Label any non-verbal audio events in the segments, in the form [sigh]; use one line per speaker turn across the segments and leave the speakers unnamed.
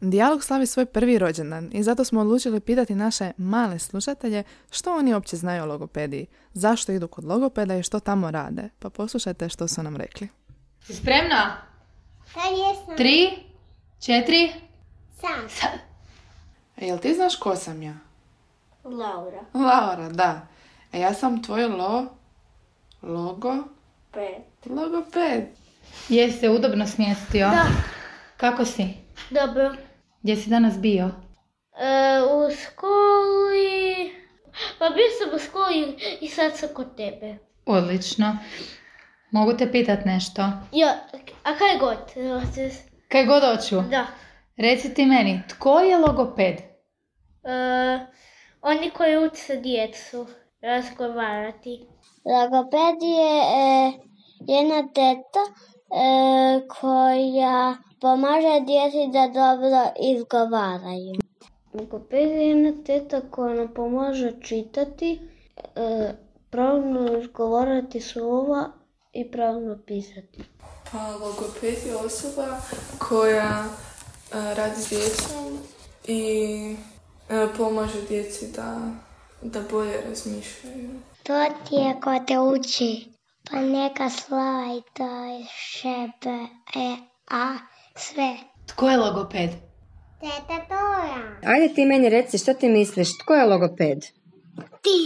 Dijalog slavi svoj prvi rođendan i zato smo odlučili pitati naše male slušatelje što oni uopće znaju o logopediji, zašto idu kod logopeda i što tamo rade. Pa poslušajte što su nam rekli.
Si spremna?
Da jesam.
Tri, četiri,
Sam.
sad.
E, jel ti znaš ko sam ja?
Laura.
Laura, da. E, ja sam tvoj lo... logo...
Pet.
logoped.
Jesi se udobno smjestio?
Da.
Kako si?
Dobro.
Gdje si danas bio?
E, u školi... Pa bio sam u školi i sad sam kod tebe.
Odlično. Mogu te pitat nešto?
Ja, a kaj god hoćeš?
Kaj god hoću.
Da.
Reci ti meni, tko je logoped?
E, oni koji uče djecu razgovarati. Logoped je
e,
jedna teta e, koja pomaže djeci da dobro izgovaraju. Logoped je jedna teta koja nam pomaže čitati, e, pravilno izgovarati slova i pravilno pisati.
Pa logoped je osoba koja e, radi s djecom i e, pomaže djeci da, da bolje razmišljaju.
To ti je ko te uči. Pa neka slajda, šebe, e, a, sve.
Tko je logoped?
Teta Dora.
Ajde ti meni reci što ti misliš, tko je logoped? Ti.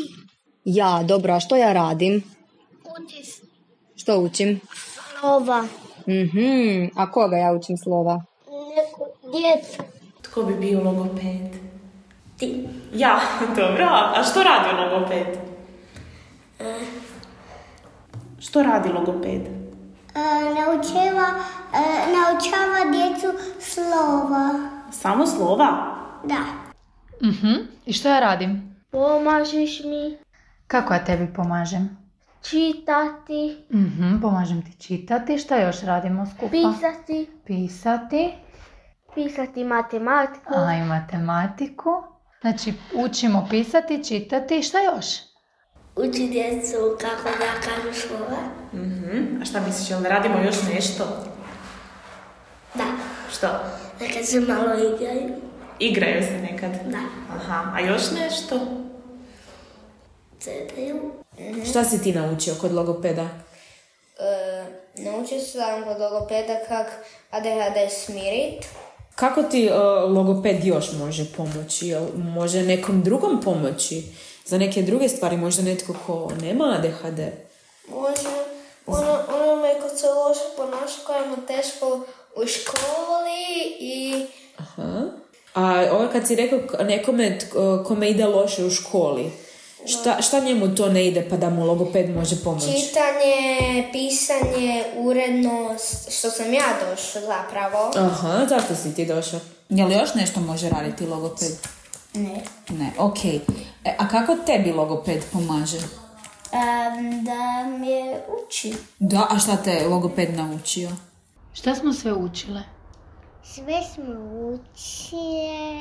Ja, dobro, a što ja radim?
Utis.
Što učim?
Nova.
Mhm, a koga ja učim slova?
Neku djecu.
Tko bi bio logoped? Ti. Ja, dobro. A što radi logoped? Što radi logoped?
E, naučeva, e, naučava djecu slova.
Samo slova?
Da.
Mhm. I što ja radim?
Pomažeš mi
Kako ja tebi pomažem?
čitati,
Mhm, pomažem ti čitati. Šta još radimo skupa?
pisati,
Pisati.
pisati matematiku,
A i matematiku. Znači, učimo pisati, čitati. Šta još?
Uči djecu kako da kažu slova.
Mhm. A šta misliš, jel radimo još nešto?
Da.
Što?
Neka se malo igraju.
Igraju se nekad?
Da.
Aha, a još nešto?
Cedaju.
Šta si ti naučio kod logopeda?
E, naučio sam kod logopeda kak ADHD smirit.
Kako ti e, logoped još može pomoći? Jel može nekom drugom pomoći? Za neke druge stvari, možda netko ko nema ADHD?
Može, ono, onome ko se loše ponaša, koja mu teško u školi i
Aha. A ovo kad si rekao k- nekome tko- kome ide loše u školi, šta, šta njemu to ne ide pa da mu logoped može
Znači?
pomoći?
čitanje, pisanje, urednost, što sam ja došla zapravo.
Aha, zato si ti došao.
Je li još nešto može raditi logoped?
Ne.
Ne, ok. a kako tebi logoped pomaže?
da me uči.
Da, a šta te je logoped naučio?
Šta smo sve učile?
Sve smo učile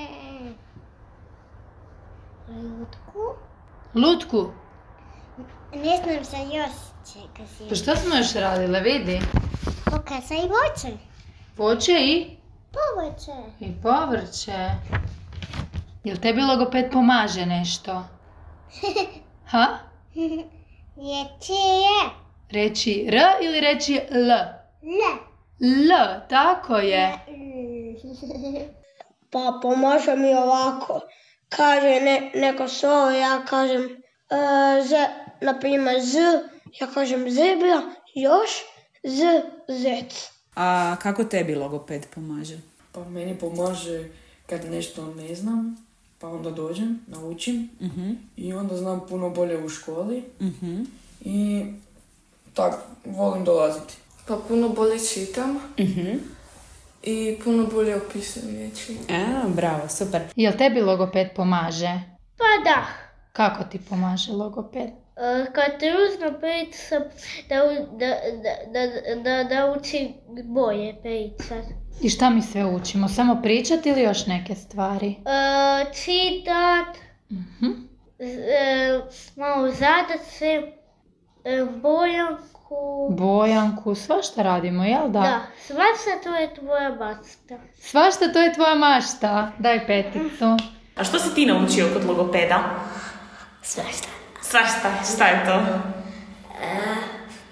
lutku.
Lutku.
Ne znam sa još čega si.
Pa šta smo još radile? Vidi.
Pokasa i voće.
Voće i...
Povoće.
I povrće. Jel tebi logoped pomaže nešto? Ha?
Riječi je
Reći R ili reći L?
le.
L, tako je.
Pa pomaže mi ovako. Kaže ne, neko slovo, ja kažem e, z, na primjer z, ja kažem zebra, još z, zec.
A kako tebi logoped pomaže?
Pa meni pomaže kad nešto ne znam, pa onda dođem, naučim i onda znam puno bolje u školi i tak, volim dolaziti. Pa puno bolje čitam i puno bolje opisujem riječi.
A, bravo, super.
Jel tebi logoped pomaže?
Pa da.
Kako ti pomaže logoped?
E, Kad te uzno pričam da, u- da, da, da, da, da učim bolje pričat.
I šta mi sve učimo? Samo pričati ili još neke stvari?
E, čitat,
Mhm.
z- e, malo zadat se e, bojom bojanku.
Bojanku, svašta radimo, jel da?
Da, svašta to je tvoja basta.
Svašta to je tvoja mašta. Daj peticu.
A što si ti naučio kod logopeda?
Svašta.
Svašta, šta je to?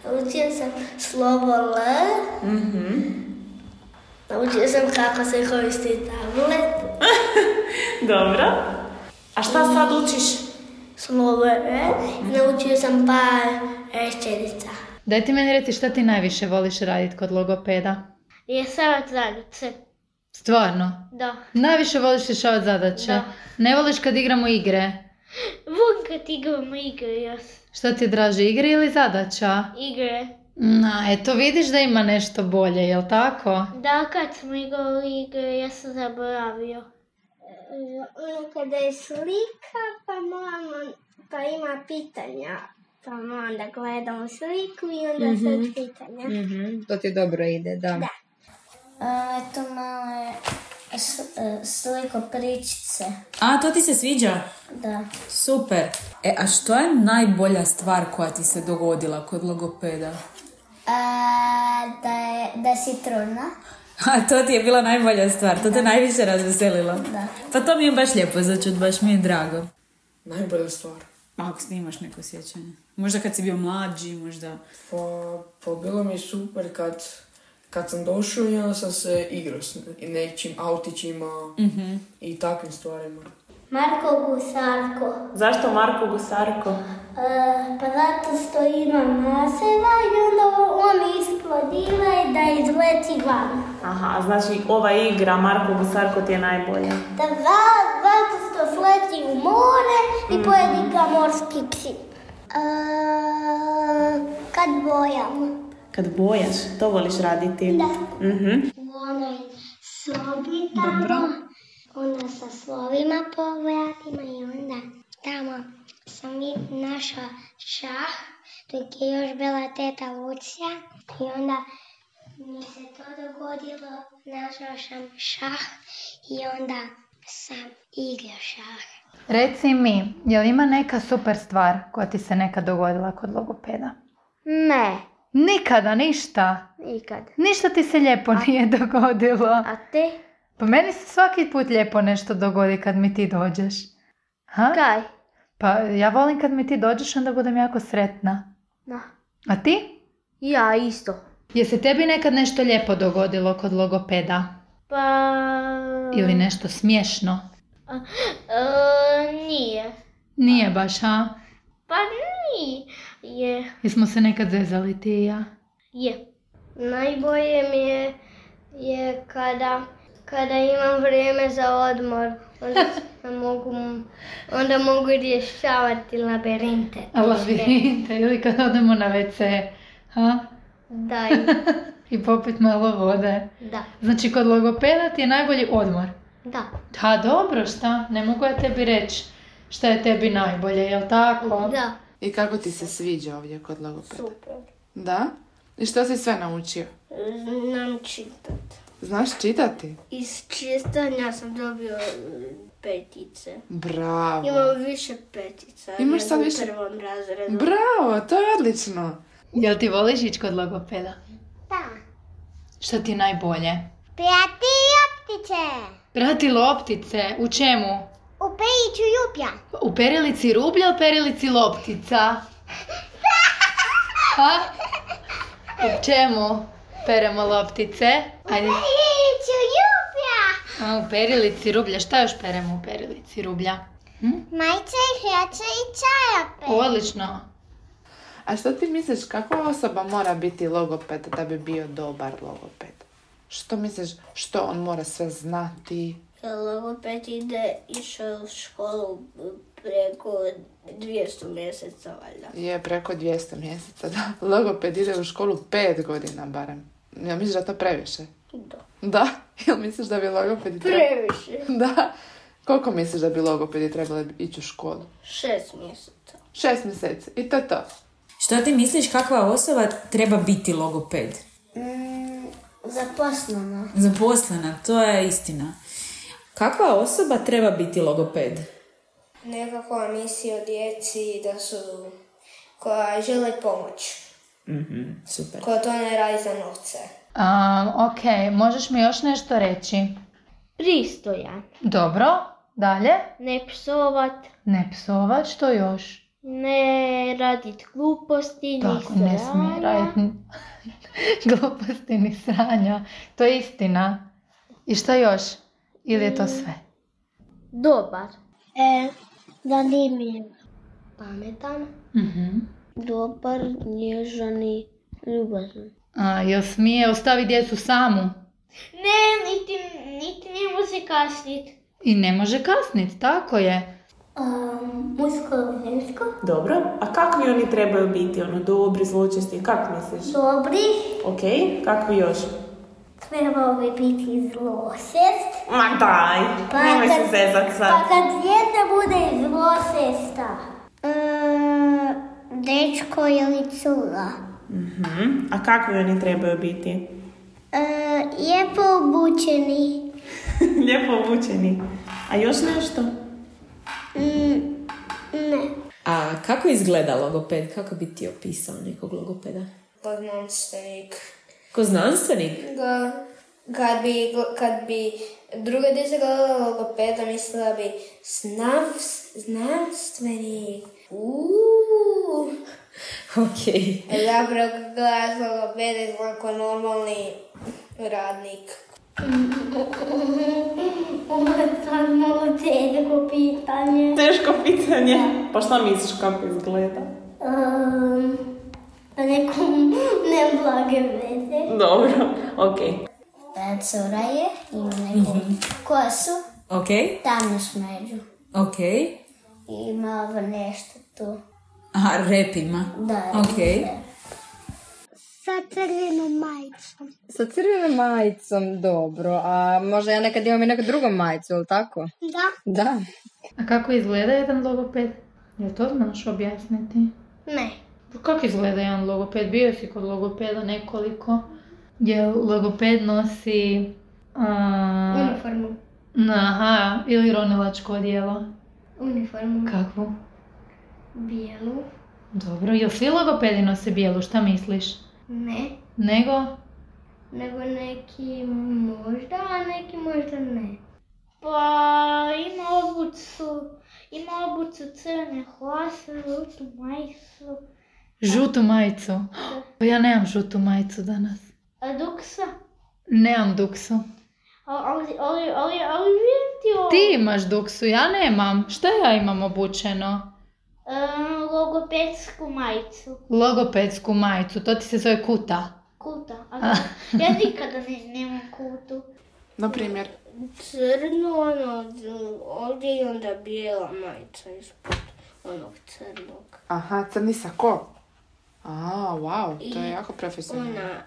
Naučio sam slovo L.
Mhm.
Naučio sam kako se koristi tablet.
Dobro. A šta sad učiš?
Slovo R.
Mhm.
Naučio sam par rečenica.
Daj ti meni reci šta ti najviše voliš raditi kod logopeda.
Rješavat zadaće.
Stvarno.
Da.
Najviše voliš rješavati zadaće.
Da.
Ne voliš kad igramo igre.
Vunka ti igramo igre još.
Šta ti je draže, igre ili zadaća?
Igre.
Na, eto vidiš da ima nešto bolje, jel tako?
Da, kad smo igrali igre, ja sam zaboravio.
Ono kada je slika, pa moramo, pa ima pitanja. Pa onda gledamo sliku i onda sad pitanja.
Mhm, to ti dobro ide, da.
E, Eto male e, sliko pričice.
A, to ti se sviđa?
Da.
Super. E, a što je najbolja stvar koja ti se dogodila kod logopeda?
A, E, da, je, da si trudna.
A to ti je bila najbolja stvar, to te najviše razveselilo. Da. Pa to mi je baš lijepo začut, baš mi je drago.
Najbolja stvar.
Ako ti imaš neko sjećanje. Možda kad si bio mlađi, možda...
Pa, pa bilo mi je super kad, kad sam došao i onda sam se igrao s nekim autićima i takvim stvarima.
Marko Gusarko.
Zašto Marko Gusarko?
E, pa zato što ima maseva i onda on isplodira i da izleti van.
Aha, znači ova igra Marko Gusarko ti je najbolja.
Da va, zato što sleti u more
Mhm.
i pojedi ga morski psi. E, kad bojam.
Kad bojaš, to voliš raditi?
Da.
Mhm.
U onoj sobi tamo. Onda sa slovima po vratima i onda tamo sam i našla šah dok je još bila teta Lucija i onda mi se to dogodilo, našla sam šah i onda sam igrao šah.
Reci mi, jel ima neka super stvar koja ti se nekad dogodila kod logopeda?
Ne,
Nikada, ništa.
nikad.
Ništa ti se lijepo nije dogodilo.
A te?
Pa meni se svaki put lijepo nešto dogodi kad mi ti dođeš. Ha?
Kaj?
Pa ja volim kad mi ti dođeš, onda budem jako sretna.
Da.
A ti?
Ja isto.
Je se tebi nekad nešto lijepo dogodilo kod logopeda?
Pa...
Ili nešto smiješno?
E, nije.
Nije baš, ha?
Pa nije. Je.
Jesmo se nekad zezali ti i ja?
Je. Najbolje mi je, je kada, kada imam vrijeme za odmor.
[laughs]
Onda, se mogu, onda mogu rješavati labirinte.
Labirinte ili kad odemo na WC, ha?
Da,
I popit malo vode.
da,
Znači, kod logopeda ti je najbolji odmor.
da.
Da, dobro, šta? Ne mogu ja tebi reći šta je tebi najbolje, jel tako?
Da,
I kako ti se sviđa ovdje kod logopeda?
super.
Da? I što si sve naučio?
Znam čitat.
Znaš čitati?
Iz čistanja sam dobio petice.
Bravo.
Imam više petica.
Imaš sad
nego
više-
U prvom razredu.
Bravo, to je odlično.
Jel ti voliš ići kod logopeda?
Da.
Šta ti je najbolje?
Prijati optice.
Prati loptice, u čemu?
U pejiću juplja.
U perilici rublja ili perilici loptica? Ha?
[laughs]
U čemu peremo loptice? Ajde.
Pejiću juplja.
A, u perilici rublja. Šta još peremo u perilici rublja? Hm?
Majce i hrače i čarape.
Odlično.
A što ti misliš, kakva osoba mora biti logoped da bi bio dobar logoped? Što misliš, što on mora sve znati?
Logoped ide išao u školu preko 200 mjeseca, valjda.
Je preko 200 mjeseca, da. Logoped ide u školu 5 godina barem. Ja misliš da to previše?
Da.
Da? [laughs] Jel misliš da bi logopedi trebali...
Previše.
[laughs] Da. Koliko misliš da bi logopedi trebali ići u školu?
Šest mjeseca.
Šest mjeseci. I to je to.
Što ti misliš kakva osoba treba biti logoped?
Mm, zaposlena.
Zaposlena, to je istina. Kakva osoba treba biti logoped?
Nekako misli o djeci da su koja žele pomoć.
Mhm, super.
koja to ne radi za novce.
A, ok, možeš mi još nešto reći?
Pristojan.
Dobro, dalje.
Ne psovat,
Ne psovat, što još?
ne radit gluposti, ni
Tako, ne smije
sranja.
raditi ni- [laughs] gluposti ni sranja. To je istina. I što još? Ili
Mm.
je to sve?
Dobar,
E, zanimljiv.
pametan,
Mhm.
dobar, nježan i ljubazan.
A, jel smije ostavi djecu samu?
Ne, niti, niti ne može kasnit.
I ne može kasniti, tako je.
Um, muško i žensko,
Dobro, a kakvi oni trebaju biti, ono, dobri, zločesti, kak misliš?
dobri,
Ok, kakvi još?
trebao bi ovaj biti zlosest.
Ma daj, nemoj se zezat sad.
pa kad dijete bude zlosesta. dečko ili cura.
Mhm, A kakvi oni trebaju biti? [laughs]
E, lijepo obučeni.
Lijepo obučeni. A još nešto?
A kako izgleda logoped? Kako bi ti opisao nekog logopeda?
Pa znanstvenik.
Ko znanstvenik?
Da, kad bi, kad bi druga djeca gledala logopeda, mislila bi snav, znanstvenik. Uuuu.
Ok.
A E, Zapravo kad gledaš logopeda, izgleda kao normalni radnik.
Ovo je sad malo teško pitanje.
Teško pitanje. Pa šta misliš kako izgleda?
Um, nekom ne blage veze.
Dobro, ok.
Cura je, ima neku kosu,
Ok,
tamnu smeđu.
ok.
Ima ovo nešto tu.
Aha, repima.
Da,
Ok.
Sa crvenom majicom.
Sa crvenom majicom, dobro. A možda ja nekad imam i neku drugu majicu, ili tako?
Da.
Da.
A kako izgleda jedan logoped? Jel to znaš objasniti?
Ne.
Pa Kako izgleda jedan logoped? Bio si kod logopeda nekoliko. Jel logoped nosi... a,
Uniformu.
na- aha, ili ronilačko odijelo.
Uniformu.
Kakvu?
Bijelu.
Dobro, jel svi logopedi nose bijelu, šta misliš?
Ne.
Nego?
Nego neki možda, a neki možda ne. Pa ima obucu, ima obucu crne hlase, žutu majicu,
Žutu majicu. [gasps] Pa ja nemam žutu majicu danas.
a duksa.
Nemam duksu.
Ali, ali, ali, ali vidim ti ovo.
Ti imaš duksu, ja nemam. Šta ja imam obučeno?
Em, e, logopedsku majicu.
Logopedsku majicu, to ti se zove kuta.
Kuta. A, [laughs] ja nikada ne, nemam kutu.
Na primjer,
Crno, ono, ovdje i onda bijela majica ispod onog crnog.
aha, crni sako. A, wow, to je jako profesionalno.
Ona,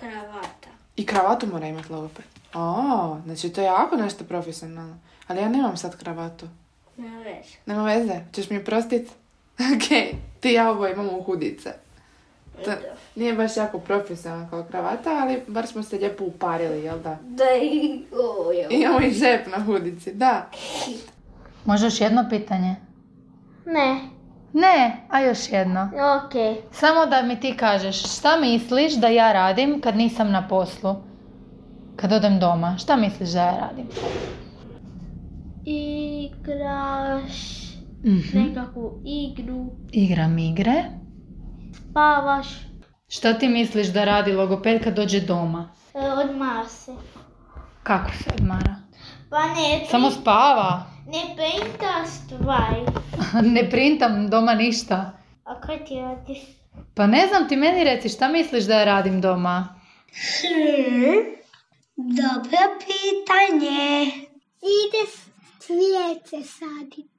kravata.
I kravatu mora imati logoped. O, znači to je jako nešto profesionalno. Ali ja nemam sad kravatu.
Ne veš.
Nema veze, ćeš mi prostit? [laughs] Ok, ti i ja oboje imamo hudice. To nije baš jako profesionalno kao kravata, ali bar smo se lijepo uparili, jel da?
Da i ovo je.
Imamo i žep na hudici, da.
Može još jedno pitanje?
Ne,
Ne, a još jedno.
okej.
Samo da mi ti kažeš, šta misliš da ja radim kad nisam na poslu? Kad odem doma, šta misliš da ja radim?
Igraš nekakvu igru,
Igram igre.
spavaš,
Šta ti misliš da radi logoped kad dođe doma?
e, odmara se.
Kako se odmara?
Pa ne,
Samo spava. [laughs]
ne printa stvari.
ne printam doma ništa.
A kaj ti radiš?
Pa ne znam ti meni reci šta misliš da ja radim doma?
Dobro pitanje. Ide cvijeće sadit.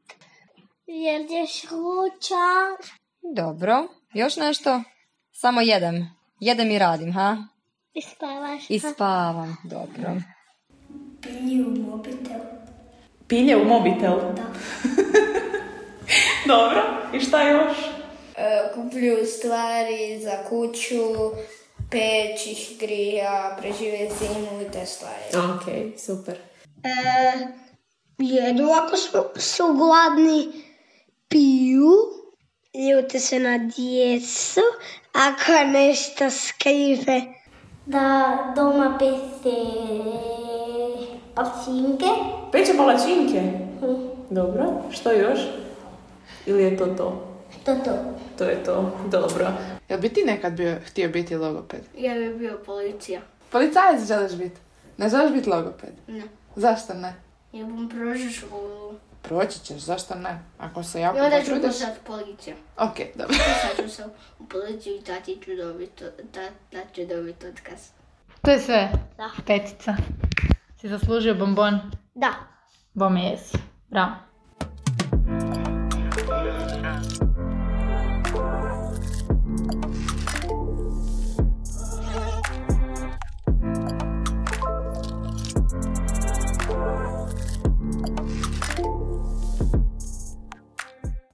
Jedeš ručak.
Dobro. Još nešto? Samo jedem. Jedem i radim, ha?
I spavaš.
E,
I spavam. Dobro.
Pilje u mobitel? Da. [laughs] Dobro, i šta još?
kupljuju stvari za kuću, peć ih grija, prežive zimu i te stvari.
Ok, super.
Jedu ako su, su gladni, piju
ljute se na djecu ako nešto skrive.
Da doma pese papčinke.
Peče palačinke. Dobro, što još? Ili je to to?
To to.
To je to, dobro.
Jel bi ti nekad bio, htio biti logoped?
Ja bi bio policija.
Policajac želiš biti. Ne želiš biti logoped.
Ne.
Zašto ne?
Ja bom prošao školu.
Proći ćeš, zašto ne? Ako se
I
jako
onda ću
potrudiš...
postati policija.
Ok, dobro.
Sad ću se u policiju i dati ću dobiti, da, da ću dobiti otkaz.
To je sve.
Da.
Petica. Si zaslužio bombon?
Da.
Bome jesi. Bravo.